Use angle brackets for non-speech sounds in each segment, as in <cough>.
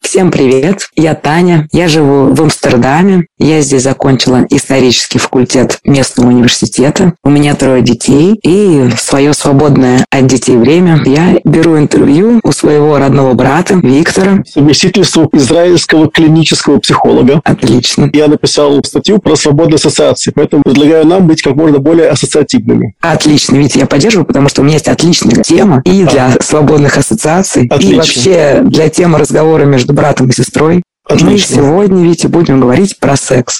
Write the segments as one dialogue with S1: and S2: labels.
S1: Всем привет! Я Таня. Я живу в Амстердаме. Я здесь закончила исторический факультет местного университета. У меня трое детей. И в свое свободное от детей время я беру интервью у своего родного брата Виктора.
S2: Совместительство израильского клинического психолога.
S1: Отлично.
S2: Я написал статью про свободные ассоциации, поэтому предлагаю нам быть как можно более ассоциативными.
S1: Отлично, ведь я поддерживаю, потому что у меня есть отличная тема и для свободных ассоциаций, и
S2: Отлично.
S1: вообще для темы разговора между братом и сестрой. Мы
S2: Отлично.
S1: сегодня, Витя, будем говорить про секс.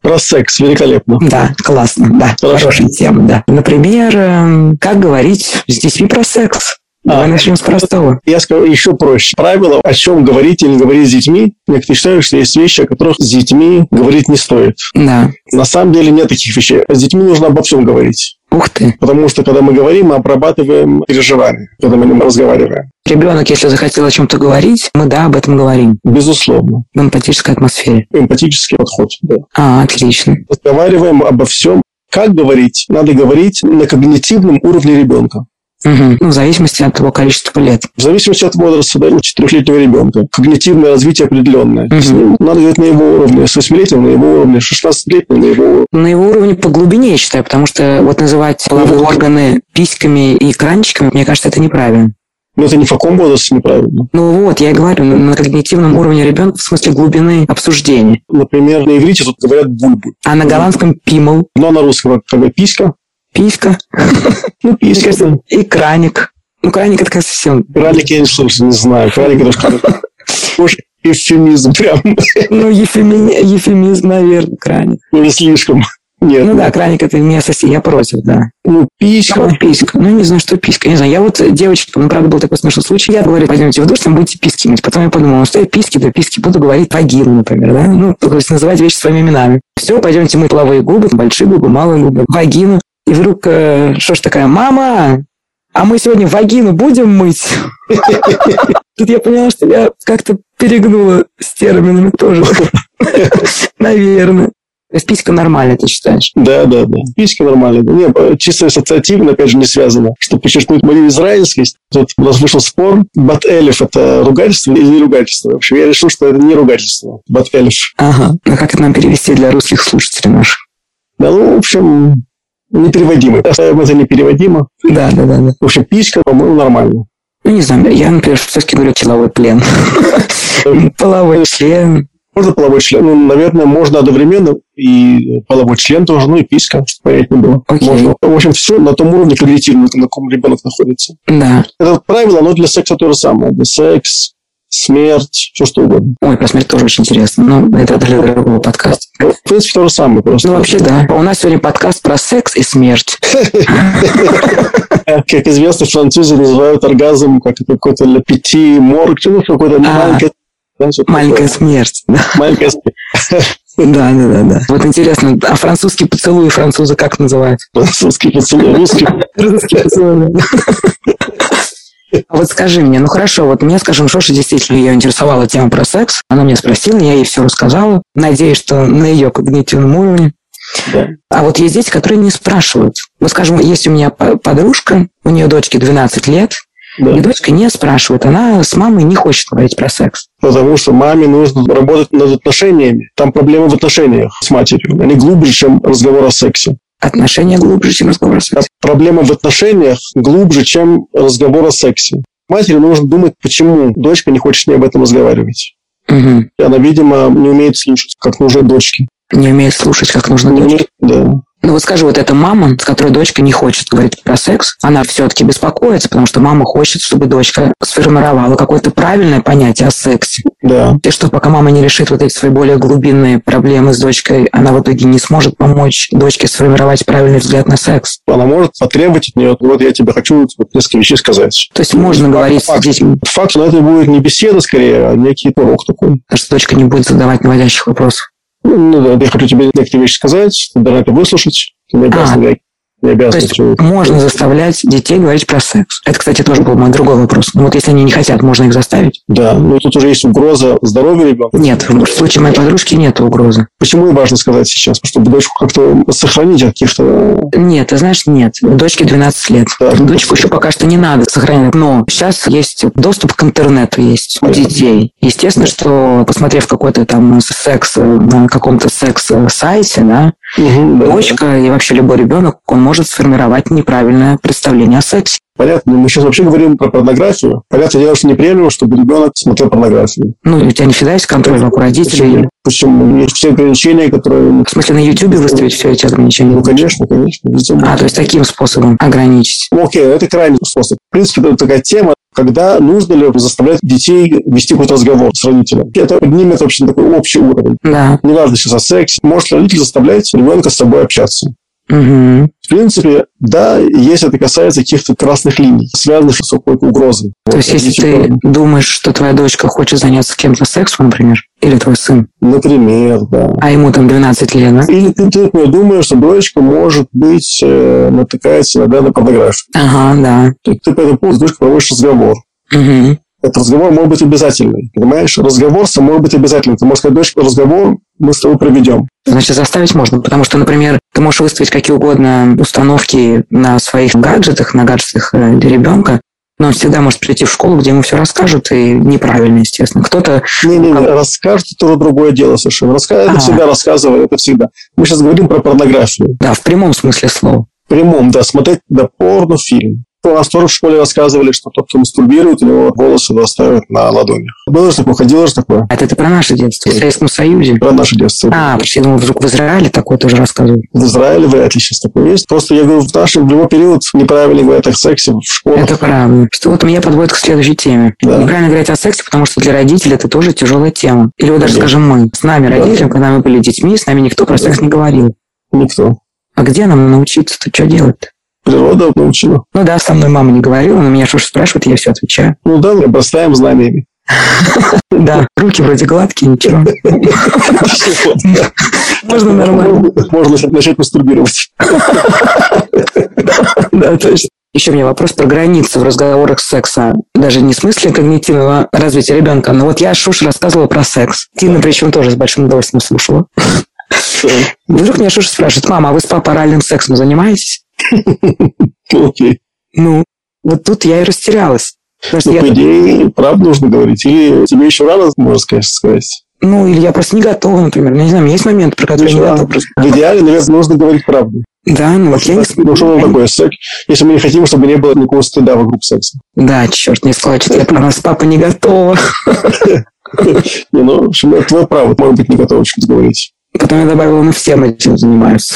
S2: Про секс великолепно.
S1: Да, классно, да,
S2: Хорошо.
S1: хорошая тема, да. Например, эм, как говорить с детьми про секс? Давай
S2: А,
S1: начнем с простого.
S2: Я скажу еще проще. Правило, о чем говорить или не говорить с детьми, я как-то считаю, что есть вещи, о которых с детьми говорить не стоит.
S1: Да.
S2: На самом деле нет таких вещей. С детьми нужно обо всем говорить.
S1: Ух ты.
S2: Потому что, когда мы говорим, мы обрабатываем переживания, когда мы о нем разговариваем.
S1: Ребенок, если захотел о чем-то говорить, мы да, об этом говорим
S2: Безусловно.
S1: в эмпатической атмосфере.
S2: Эмпатический подход. да.
S1: А, отлично.
S2: Разговариваем обо всем. Как говорить? Надо говорить на когнитивном уровне ребенка.
S1: Мгм. Ну, в зависимости от того количества лет.
S2: В зависимости от возраста, да, у четырехлетнего ребенка, когнитивное развитие определенное.
S1: Мгм.
S2: С ним надо говорить на его уровне, с восьмилетним на его уровне, с 16-летним на его уровне.
S1: На его уровне по глубине, я считаю, потому что вот называть половые органы письками и кранчиками, мне кажется, это неправильно.
S2: Но это ни в каком возрасте неправильно.
S1: Ну вот, я и говорю, на- на когнитивном уровне ребенка, в смысле глубины обсуждения.
S2: Например, на иврите тут говорят бульбы.
S1: А на голландском пимл,
S2: Но на русском как бы писька.
S1: писька,
S2: Ну, писька.
S1: кажется, И краник. Ну, краник это, конечно, совсем...
S2: Кралик я не слышал, не знаю. Кралик
S1: <laughs>
S2: это что-то... Уж эвфемизм прям.
S1: Ну, ефеми- ефемизм, наверное, краник.
S2: Уже ну, слишком. Нет.
S1: Ну да, краник это не сосед, я против, да.
S2: Ну,
S1: Ну,
S2: писька.
S1: вот писька. Ну, не знаю, что писька. Я не знаю, я вот э, девочка, ну, правда, был такой смешной случай. Я говорю, пойдемте в душ, там будете письки мыть. Потом я подумал, ну, что я письки, да письки буду говорить вагину, например, да? Ну, то есть называть вещи своими именами. Все, пойдемте мыть половые губы, большие губы, малые губы, вагину. И вдруг, э, что ж такая, мама, а мы сегодня вагину будем мыть? <laughs> Тут я поняла, что я как-то перегнула с терминами тоже. <laughs> Наверное. То есть писька нормальная, ты считаешь?
S2: Да, да, да. Писька нормально. Не, чисто ассоциативно, опять же, не связано. Чтобы подчеркнуть мою израильскость, тут у нас вышел спор. Бат-элиф – это ругательство или не ругательство? В общем, я решил, что это не ругательство. Бат-элиф.
S1: Ага. А как это нам перевести для русских слушателей наших?
S2: Да, ну, в общем, непереводимо. Оставим это непереводимо.
S1: Да, да, да, да.
S2: В общем, писька, по-моему, нормально. <clears throat>
S1: Ну, не знаю, я, например, все-таки говорю половой плен. <laughs> Половой член.
S2: Можно половой член. Ну, наверное, можно одновременно и половой член тоже, ну и писька, чтобы понятно было.
S1: Окей.
S2: Можно. В общем, все на том уровне когнитивном, на каком ребенок находится.
S1: Да.
S2: Это правило, оно для секса то же самое. Для секс, смерть, все что угодно.
S1: Ой, про смерть тоже очень интересно, но это для другого подкаста.
S2: Ну, В принципе, то же самое просто.
S1: Ну, вообще, да. У нас сегодня подкаст про секс и смерть.
S2: Э, Как известно, французы называют оргазм как это какой-то лепети, морг, ну,
S1: А.
S2: какой-то маленький... да, всё такое.
S1: Маленькая смерть. Да,
S2: Маленькая смерть.
S1: да, да, да. Вот интересно, а французский поцелуй французы как называют?
S2: Французский
S1: <laughs>
S2: поцелуй, русский.
S1: Русский поцелуй, да. А Вот скажи мне, ну хорошо, вот мне, скажем, Шоша действительно ее интересовала тема про секс. Она меня спросила, я ей все рассказала. Надеюсь, что на ее когнитивном уровне.
S2: Да.
S1: А вот есть дети, которые не спрашивают. Вот, скажем, есть у меня по- подружка, у нее дочке 12 лет, и
S2: Да.
S1: дочка не спрашивает. Она с мамой не хочет говорить про секс.
S2: Потому что маме нужно работать над отношениями. Там проблемы в отношениях с матерью. Они глубже, чем разговор о сексе.
S1: Отношения глубже, чем разговор о
S2: А
S1: сексе.
S2: Проблема в отношениях глубже, чем разговор о сексе. Матери нужно думать, почему дочка не хочет с ней об этом разговаривать.
S1: Мгм.
S2: И она, видимо, не умеет слушать, как нужно дочке.
S1: Не умеет слушать, как нужно
S2: Не
S1: дочке.
S2: умеет, да.
S1: Ну вот скажи, вот эта мама, с которой дочка не хочет говорить про секс, она все-таки беспокоится, потому что мама хочет, чтобы дочка сформировала какое-то правильное понятие о сексе.
S2: Да.
S1: И что пока мама не решит вот эти свои более глубинные проблемы с дочкой, она в итоге не сможет помочь дочке сформировать правильный взгляд на секс.
S2: Она может потребовать от нее, вот я тебе хочу вот несколько вещей сказать.
S1: То есть можно говорить с
S2: Ну, Факт.
S1: детьми,
S2: Факт, что это будет не беседа скорее, а некий урок такой.
S1: что дочка не будет задавать наводящих вопросов.
S2: Ну да, я хочу тебе некоторые вещи сказать, ты должна это выслушать, ты не обязана
S1: А.
S2: реагировать. не
S1: То
S2: обязан.
S1: есть
S2: человек.
S1: можно заставлять детей говорить про секс. Это, кстати, тоже был мой другой вопрос. Ну, вот если они не хотят, можно их заставить?
S2: Да, но тут уже есть угроза здоровью ребенка.
S1: Нет, в случае моей подружки нет угрозы.
S2: Почему и важно сказать сейчас? Чтобы дочку как-то сохранить от каких-то...
S1: Нет, ты знаешь, нет. Дочке 12 лет.
S2: Да.
S1: Дочку еще пока что не надо сохранять. Но сейчас есть доступ к интернету есть у
S2: Понятно.
S1: детей. Естественно, что посмотрев какой-то там секс э, на каком-то секс-сайте, да,
S2: Мгм, да.
S1: дочка и вообще любой ребенок, он может сформировать неправильное представление о сексе.
S2: Понятно, мы сейчас вообще говорим про порнографию. Понятное дело, что неприемлемо, чтобы ребенок смотрел порнографию.
S1: Ну, у тебя не всегда есть контроль вокруг родителей.
S2: Почему? Почему? Есть все ограничения, которые...
S1: В смысле, на YouTube выставить все эти ограничения?
S2: Ну, конечно, конечно. везде
S1: А, то есть таким способом ограничить.
S2: Ну, Окей, это крайний способ. В принципе, это такая тема, когда нужно ли заставлять детей вести какой-то разговор с родителем. Это поднимет вообще на такой общий уровень.
S1: Да.
S2: Неважно сейчас о сексе. Может ли родитель заставлять ребенка с собой общаться?
S1: Мгм.
S2: В принципе, да, если это касается каких-то красных линий, связанных с какой-то угрозой.
S1: То
S2: Вот,
S1: есть, если ты
S2: родитель,
S1: думаешь, что твоя дочка хочет заняться с кем-то сексом, например, или твой сын,
S2: Например, да.
S1: а ему там 12 лет, да?
S2: Или ты, ты, например, думаешь, что дочка, может быть, э, натыкается иногда на порнографию.
S1: Ага, да.
S2: Ты, ты по этому поводу с дочкой проводишь разговор.
S1: Мгм.
S2: Этот разговор может быть обязательный. Понимаешь? Разговор сам может быть обязательным. Ты можешь сказать, дочка, разговор мы с тобой проведем.
S1: Значит, заставить можно, потому что, например, ты можешь выставить какие угодно установки на своих гаджетах, на гаджетах э, для ребенка, но он всегда может прийти в школу, где ему все расскажут, и неправильно, естественно. Кто-то
S2: Не-не-не, расскажет это уже другое дело совершенно. Раска...
S1: Ага.
S2: Это всегда рассказывай, это всегда. Мы сейчас говорим про порнографию.
S1: Да, в прямом смысле слова.
S2: В прямом, да, смотреть на порнофильм. У нас тоже в школе рассказывали, что тот, кто мастурбирует, у него волосы доставят на ладонях. Было же такое, ходило же такое.
S1: Это ты про наше детство, в Советском Союзе.
S2: Про наше детство.
S1: А, почти думал, вдруг в Израиле такое тоже рассказывают.
S2: В Израиле вряд ли сейчас такое есть. Просто я говорю, в нашем в его период неправильно говорят о сексе в школах.
S1: Это правда. Что вот меня подводит к следующей теме.
S2: Да.
S1: Неправильно говорить о сексе, потому что для родителей это тоже тяжелая тема. Или вот даже,
S2: Конечно.
S1: скажем, мы. С нами,
S2: Да.
S1: родителями, когда мы были детьми, с нами никто про
S2: Да.
S1: секс не говорил.
S2: Никто.
S1: А где нам научиться-то, что делать?
S2: Природа научила.
S1: Ну да, со мной мама не говорила, но меня что ж спрашивает, я все отвечаю.
S2: Ну да,
S1: <laughs>
S2: обрастаем знаниями.
S1: Да, руки вроде гладкие, ничего. Можно нормально.
S2: Можно- Можно начать мастурбировать.
S1: <laughs> Да, точно. Еще у меня вопрос про границы в разговорах секса. Даже не в смысле когнитивного развития ребенка, но вот я Шуша рассказывала про секс. Тина причем тоже с большим удовольствием слушала. И Вдруг меня Шуша спрашивает, мама, а вы с папой оральным сексом занимаетесь?
S2: Окей.
S1: Ну, вот тут я и растерялась. Потому что
S2: Ну,
S1: я-
S2: по идее, правду нужно говорить. Или тебе еще рано, можно сказать, сказать.
S1: ну, или я просто не готова, например. Ну, Не знаю, у меня есть моменты, про которые я не готова. просто-
S2: В идеале, наверное, нужно говорить правду.
S1: Да, ну вот я не... с-
S2: Ну, что нам такое секс? Если мы не хотим, чтобы не было никакого стыда вокруг секса.
S1: Да, черт, не сказала, что я про нас папа не готова.
S2: Не, ну, в общем, это твое право. Может быть, не готов о чем-то говорить.
S1: Потом я добавила, ну все мы этим занимаются.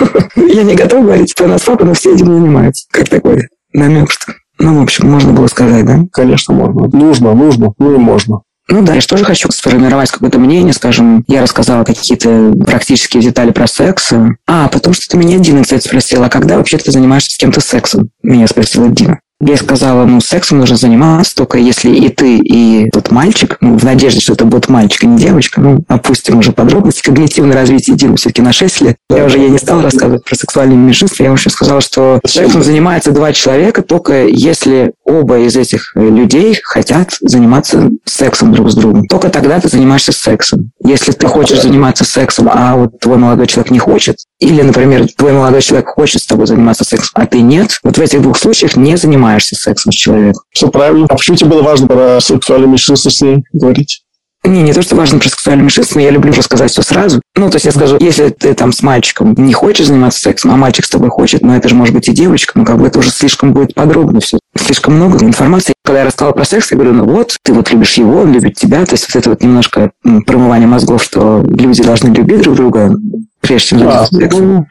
S1: <laughs> Я не готова говорить про нас папа, но все этим занимаются. Как такой намек, что... Ну, в общем, можно было сказать, да?
S2: Конечно, можно. Нужно, нужно, ну и можно.
S1: Ну да, я же тоже хочу сформировать какое-то мнение, скажем, я рассказала какие-то практические детали про секс. А, потому что ты меня, Дина, кстати, спросила, а когда вообще ты занимаешься с кем-то сексом? Меня спросила Дина. Я ей сказала, ну, сексом нужно заниматься только если и ты, и тот мальчик, ну, в надежде, что это будет мальчик, а не девочка, ну, опустим уже подробности, когнитивное развитие Дины все-таки на 6 лет. Я уже ей не стал рассказывать про сексуальные меньшинства, я вообще сказала, что сексом занимается два человека только если оба из этих э, людей хотят заниматься сексом друг с другом. Только тогда ты занимаешься сексом. Если ты хочешь заниматься сексом, а вот твой молодой человек не хочет, или, например, твой молодой человек хочет с тобой заниматься сексом, а ты нет, вот в этих двух случаях не занимаешься сексом с человеком.
S2: Все правильно. А почему тебе было важно про сексуальное меньшинство с ней говорить?
S1: Не, не то, что важно про сексуальное меньшинство, но я люблю рассказать все сразу. Ну, то есть я скажу, если ты там с мальчиком не хочешь заниматься сексом, а мальчик с тобой хочет, но это же может быть и девочка, ну, как бы это уже слишком будет подробно все, слишком много информации. Когда я рассказала про секс, я говорю, ну вот, ты вот любишь его, он любит тебя, то есть вот это вот немножко м, промывание мозгов, что люди должны любить друг друга, прежде чем
S2: А,
S1: заниматься сексом.
S2: ну,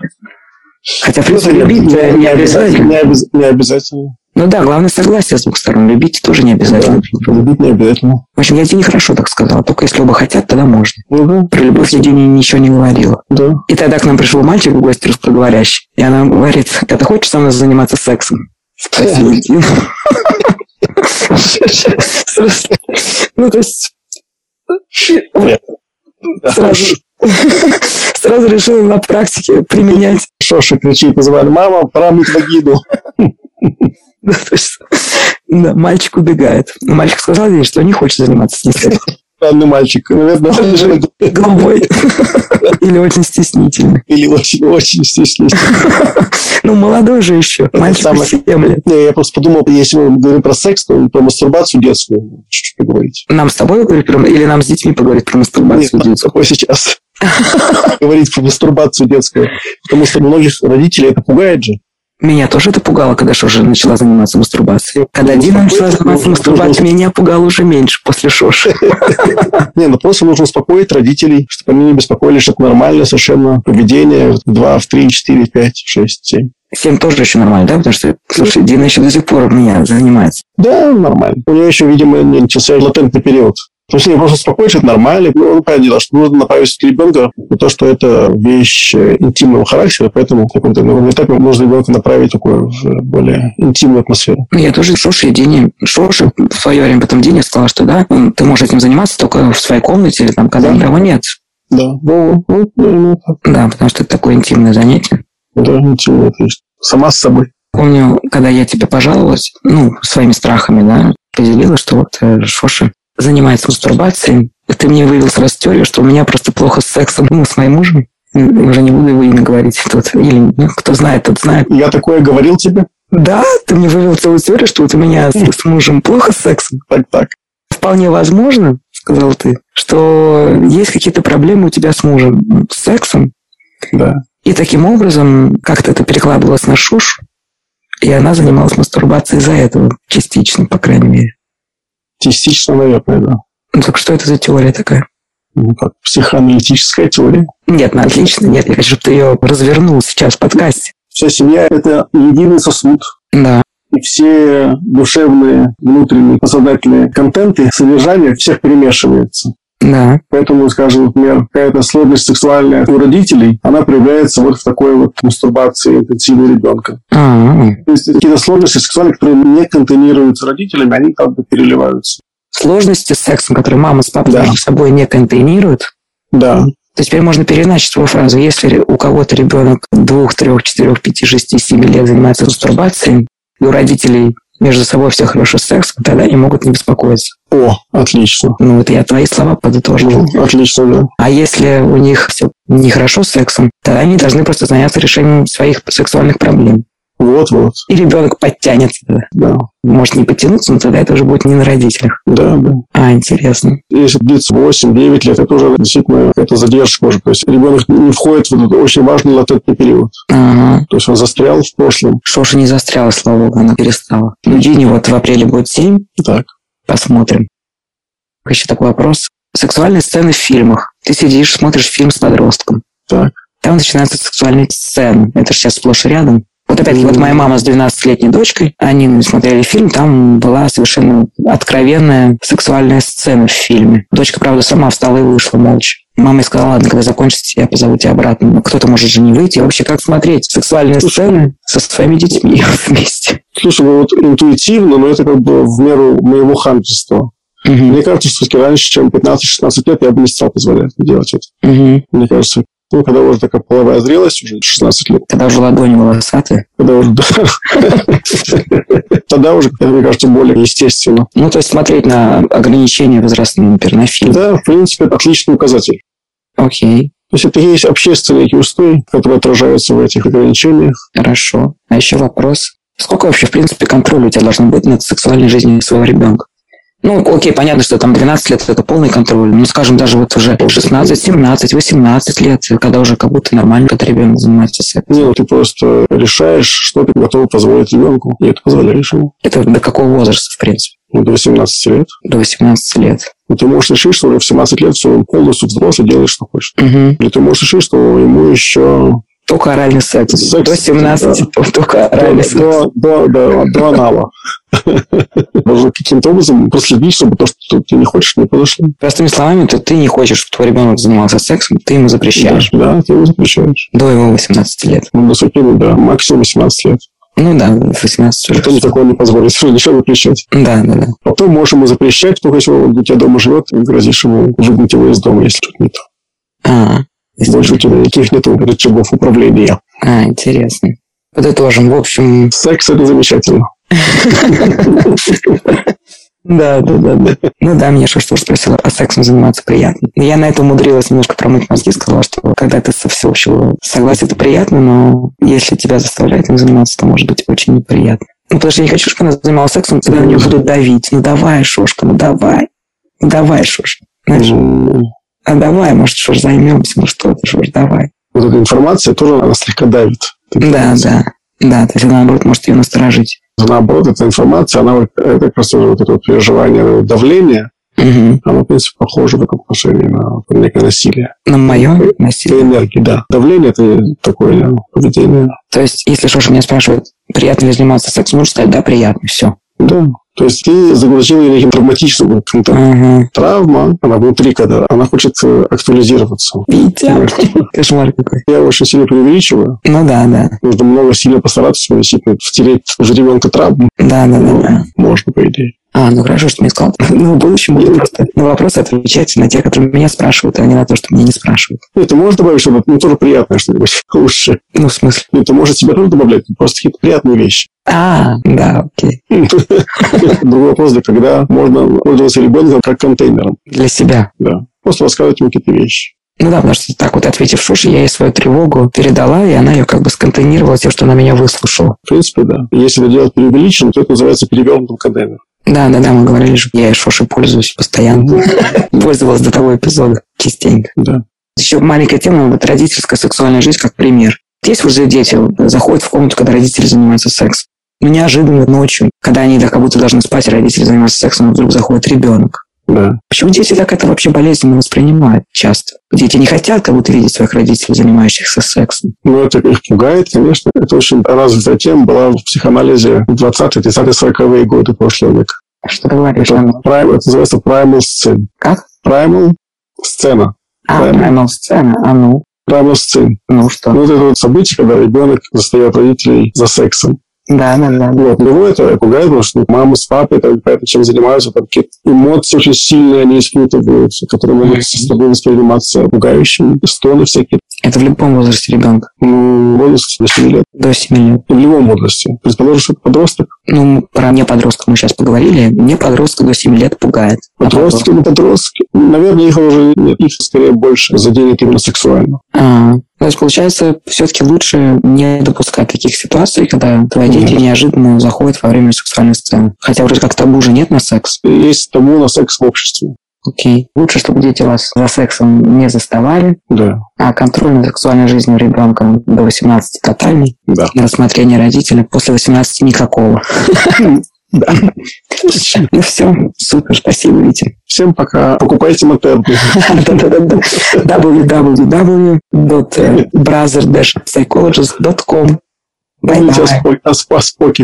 S1: Хотя, в принципе,
S2: это
S1: любить э, не обязательно.
S2: Не, обяз- не обязательно.
S1: Ну да, главное согласие с двух сторон. Любить тоже не обязательно.
S2: Любить не обязательно.
S1: В общем, я тебе нехорошо так сказала. Только если оба хотят, тогда можно.
S2: Ну да,
S1: Про любовь я Дине ничего не говорила.
S2: да.
S1: И тогда к нам пришел мальчик в гости русскоговорящий. И она говорит, а ты хочешь со мной заниматься сексом? Спросила Дина. <laughs> Ну, то есть...
S2: Понятно. Да.
S1: Сразу. <laughs> сразу решил на практике применять. <laughs>
S2: Шоша кричит, называли, мама, пора мыть вагину.
S1: Да, то есть, да, мальчик убегает. Но мальчик сказал ей, что не хочет заниматься с ней сексом.
S2: <laughs> Странный мальчик. Наверное, он
S1: <laughs>
S2: же
S1: Голубой. Или очень стеснительный.
S2: или очень-очень стеснительный.
S1: Ну, молодой же еще. Мальчик
S2: самое-
S1: 7 лет.
S2: Не, я просто подумал, если мы говорим про секс, то про мастурбацию детскую чуть-чуть поговорить.
S1: Нам с тобой говорить про... Или нам с детьми поговорить про мастурбацию
S2: Нет,
S1: детскую?
S2: какой сейчас <laughs> говорить про мастурбацию детскую. Потому что многих родителей это пугает же.
S1: Меня тоже это пугало, когда Шоша начала заниматься мастурбацией. Когда
S2: Ну,
S1: Дина начала
S2: успокойся,
S1: заниматься
S2: ну,
S1: мастурбацией, меня пугало уже меньше после Шоши.
S2: Не, ну просто нужно успокоить родителей, чтобы они не беспокоились, что это нормальное совершенно поведение. Два, в три, четыре, пять, шесть, семь.
S1: Семь тоже еще нормально, да? Потому что, слушай, Дина еще до сих пор меня занимается.
S2: Да, нормально. У нее еще, видимо, не начался латентный период. То есть, не, просто успокоить, что это нормально. Ну, он понятное дело, что нужно направить ребенка на то, что это вещь э, интимного характера, поэтому в каком-то наверное, этапе нужно ребенка направить в такую в, э, более интимную атмосферу.
S1: Ну, я тоже Шоши и Дине. Шоши в свое время, потом Дине сказала, что да, м, ты можешь этим заниматься только в своей комнате или там, когда
S2: Да.
S1: никого нет.
S2: Да, ну, ну, ну, ну,
S1: Да, потому что это такое интимное занятие.
S2: да, интимная, то есть, сама с собой.
S1: Помню, когда я тебе пожаловалась, ну, своими страхами, да, поделилась, что вот э, Шоша занимается мастурбацией, и ты мне вывел сразу теорию, что у меня просто плохо с сексом ну, с моим мужем. М, Уже не буду его имя говорить тут. Или, ну, кто знает, тот знает.
S2: Я такое говорил тебе?
S1: Да, ты мне вывел целую теорию, что вот у меня с, с мужем плохо с сексом.
S2: Так, так.
S1: Вполне возможно, сказал ты, что есть какие-то проблемы у тебя с мужем, м, с сексом.
S2: Да.
S1: И таким образом как-то это перекладывалось на Шушу, и она занималась мастурбацией из-за этого, частично, по крайней мере.
S2: Частично, наверное, да.
S1: Ну так что это за теория такая?
S2: Ну, как психоаналитическая теория.
S1: Нет, ну отлично, нет, я хочу, чтобы ты ее развернул сейчас в подкасте.
S2: Вся семья – это единый сосуд.
S1: Да.
S2: И все душевные, внутренние, подсознательные контенты, содержание всех перемешивается.
S1: Да.
S2: Поэтому, скажем, например, какая-то сложность сексуальная у родителей, она проявляется вот в такой вот мастурбации интенсивной ребенка.
S1: А,
S2: То есть какие-то сложности сексуальные, которые не контейнируются родителями, они как бы переливаются.
S1: Сложности с сексом, которые мама с папой
S2: Да.
S1: между собой не контейнируют,
S2: Да.
S1: то теперь можно переначить свою фразу. Если у кого-то ребенок двух, трех, четырех, пяти, шести, семи лет занимается мастурбацией, и у родителей между собой все хорошо с сексом, тогда они могут не беспокоиться.
S2: О, отлично.
S1: Ну вот я твои слова подытожил.
S2: Ну, отлично, да.
S1: А если у них все нехорошо с сексом, тогда они должны просто заняться решением своих сексуальных проблем.
S2: Вот-вот,
S1: И ребенок подтянется тогда.
S2: да.
S1: Может не подтянуться, но тогда это уже будет не на родителях.
S2: Да, да.
S1: А, интересно.
S2: если длится 8-9 лет, это уже действительно это задержка уже. То есть ребенок не входит в этот очень важный латентный период.
S1: Ага.
S2: То есть он застрял в прошлом.
S1: Шоша не застряла, слава богу, она перестала. Людине вот в апреле будет 7,
S2: Так.
S1: посмотрим. Еще такой вопрос. Сексуальные сцены в фильмах. Ты сидишь, смотришь фильм с подростком.
S2: Так.
S1: Там начинаются сексуальные сцены. Это же сейчас сплошь и рядом. Вот опять-таки, вот моя мама с 12-летней дочкой, они смотрели фильм, там была совершенно откровенная сексуальная сцена в фильме. Дочка, правда, сама встала и вышла молча. Мама ей сказала, ладно, когда закончится, я позову тебя обратно. Но кто-то может же не выйти. И вообще, как смотреть сексуальные сцены со своими детьми <laughs> вместе?
S2: Слушай, ну вот интуитивно, но это как бы в меру моего ханжества. Мне кажется, что всё-таки раньше, чем 15-16 лет, я бы не стал позволять делать это.
S1: Мгм.
S2: Мне кажется, ну, когда уже такая половая зрелость, уже 16 лет,
S1: Когда уже ладони волосатые.
S2: когда уже... <laughs> Тогда уже, это, мне кажется, более естественно.
S1: Ну, то есть смотреть на ограничения возрастные, например, на фильм.
S2: Да, в принципе, это отличный указатель.
S1: Окей,
S2: То есть это и есть общественные чувства, которые отражаются в этих ограничениях.
S1: хорошо. А еще вопрос. Сколько вообще, в принципе, контроля у тебя должно быть над сексуальной жизнью своего ребенка? Ну, окей, понятно, что там 12 лет – это полный контроль. Ну, скажем, даже вот уже 16, 17, 18 лет, когда уже как будто нормально этот ребенок занимается сексом.
S2: Не, ну ты просто решаешь, что ты готов позволить ребенку. И это позволяешь ему.
S1: Это до какого возраста, в принципе?
S2: Ну, до 18 лет.
S1: До 18 лет.
S2: Ну, ты можешь решить, что уже в 17 лет все, он полностью взрослый, делаешь, что хочешь.
S1: Мгм.
S2: Или ты можешь решить, что ему еще
S1: Только оральный секс.
S2: Секс,
S1: до 17 <laughs> только оральный секс.
S2: до, до, до, до анала. Можно каким-то образом проследить, чтобы то, что ты не хочешь, не подошло.
S1: Простыми словами, то ты не хочешь, чтобы твой ребенок занимался сексом, ты ему запрещаешь.
S2: Да, ты его запрещаешь.
S1: До его 18 лет.
S2: Ну, до 40, да, максимум 18 лет.
S1: Ну да, в 18 уже.
S2: Потом такое не позволит, ничего запрещать.
S1: Да, да, да.
S2: Потом можешь ему запрещать, только если он у тебя дома живет, и грозишь ему выгнать его из дома, если что-то не то.
S1: А,
S2: Больше у тебя никаких нету рычагов управления.
S1: А, интересно. Подытожим. В общем,
S2: Секс – это замечательно.
S1: да, да, да, да. Ну да, Миша, что ж спросила, а сексом заниматься приятно. Но Я на это умудрилась немножко промыть мозги, сказала, что когда ты со всеобщего согласия, это приятно, но если тебя заставляют им заниматься, то может быть очень неприятно. Ну, потому что я не хочу, чтобы она занималась сексом, тогда на нее будут давить. Ну давай, Шошка, ну давай. Ну давай, Шошка. Знаешь,
S2: М,
S1: а давай, может, что ж, займемся, ну что ты, что ж, давай.
S2: Вот эта информация тоже она слегка давит.
S1: Да, да, да, то есть, наоборот, может ее насторожить.
S2: Наоборот, эта информация, она вот- это как раз тоже вот это вот переживание давления,
S1: Мгм.
S2: оно, в принципе, похоже в этом отношении на некое насилие.
S1: На мое
S2: И
S1: насилие.
S2: энергии, да. Давление – это такое поведение.
S1: То есть, если Шоша меня спрашивает, приятно ли заниматься сексом, нужно сказать, да, приятно, все.
S2: Да. То есть ты заглушил ее неким травматичным вот каким-то травма, она внутри, когда она хочет э, актуализироваться.
S1: Витя.
S2: Понимаешь?
S1: Кошмар какой.
S2: Я очень сильно преувеличиваю.
S1: Ну да, да.
S2: Нужно много сильно постараться, чтобы действительно втереть в ребенка травму.
S1: Да, да, да,
S2: Ну,
S1: да.
S2: Можно, по идее.
S1: А, ну хорошо, что ты мне сказал. Ну, в будущем буду просто на вопросы отвечать на те, которые меня спрашивают, а не на то, что меня не спрашивают.
S2: Ну, ты можешь добавить что-то, ну, тоже приятное что-нибудь <laughs> лучше.
S1: Ну, в смысле?
S2: Ну, ты можешь себя тоже добавлять, ну, просто какие-то приятные вещи. <laughs>
S1: А, да, окей.
S2: Другой вопрос, да, когда можно пользоваться ребенком как контейнером,
S1: Для себя.
S2: да. Просто рассказывать ему какие-то вещи.
S1: Ну да, потому что так вот ответив Шуше, я ей свою тревогу передала, и она ее как бы сконтейнировала тем, что она меня выслушала.
S2: В принципе, да. Если это делать преувеличенно, то это называется перевернутым контейнером.
S1: Да, да, да, мы говорили, что я и Шошей пользуюсь постоянно. Пользовалась до того эпизода частенько.
S2: Да.
S1: Еще маленькая тема, вот родительская сексуальная жизнь как пример. Есть уже дети вот, заходят в комнату, когда родители занимаются сексом. Ну, неожиданно ночью, когда они да, как будто должны спать, и родители занимаются сексом, вдруг заходит ребенок.
S2: Да.
S1: Почему дети так это вообще болезненно воспринимают часто? Дети не хотят как будто видеть своих родителей, занимающихся сексом.
S2: Но это их пугает, конечно. Это очень развитая тема была в психоанализе 20-е, 30-е, 40-е годы прошлого века.
S1: А Что ты говоришь?
S2: Это,
S1: Анна?
S2: прайм- это называется primal scene.
S1: Как?
S2: Primal сцена.
S1: А,
S2: Правильно.
S1: прямо сцена. А ну,
S2: Primal scene.
S1: ну что?
S2: Ну, вот это вот событие, когда ребенок застает родителей за сексом.
S1: Да, да, да.
S2: Вот, его это пугает, потому что ну, мама с папой, там, понятно, чем занимаются, там какие-то эмоции очень сильные, они испытываются, которые могут с тобой восприниматься пугающими, стоны всякие.
S1: Это в любом возрасте ребенка.
S2: Ну, возраст до 7 лет.
S1: До 7 лет.
S2: В любом возрасте. Предположим, что это подросток.
S1: Ну, про мне подростков мы сейчас поговорили. Мне подростка до 7 лет пугает. А
S2: Подростки, не подростки. Наверное, их уже нет. Их скорее больше заденет именно сексуально.
S1: А, то есть, получается, все-таки лучше не допускать таких ситуаций, когда твои дети
S2: Мгм.
S1: неожиданно заходят во время сексуальной сцены. Хотя вроде как табу же нет на секс.
S2: Есть табу на секс в обществе.
S1: Окей. Лучше, чтобы дети вас за сексом не заставали,
S2: Да.
S1: а контроль над сексуальной жизнью ребенка до 18 тотальный,
S2: Да.
S1: на рассмотрение родителя после 18 никакого.
S2: Да.
S1: <laughs> Ну все, супер, спасибо, Витя.
S2: Всем пока. Покупайте мотер.
S1: Да-да-да-да. e, www.brother-psychologist.com
S2: Помните о
S1: Bye-bye.
S2: спо- о спо- о споке.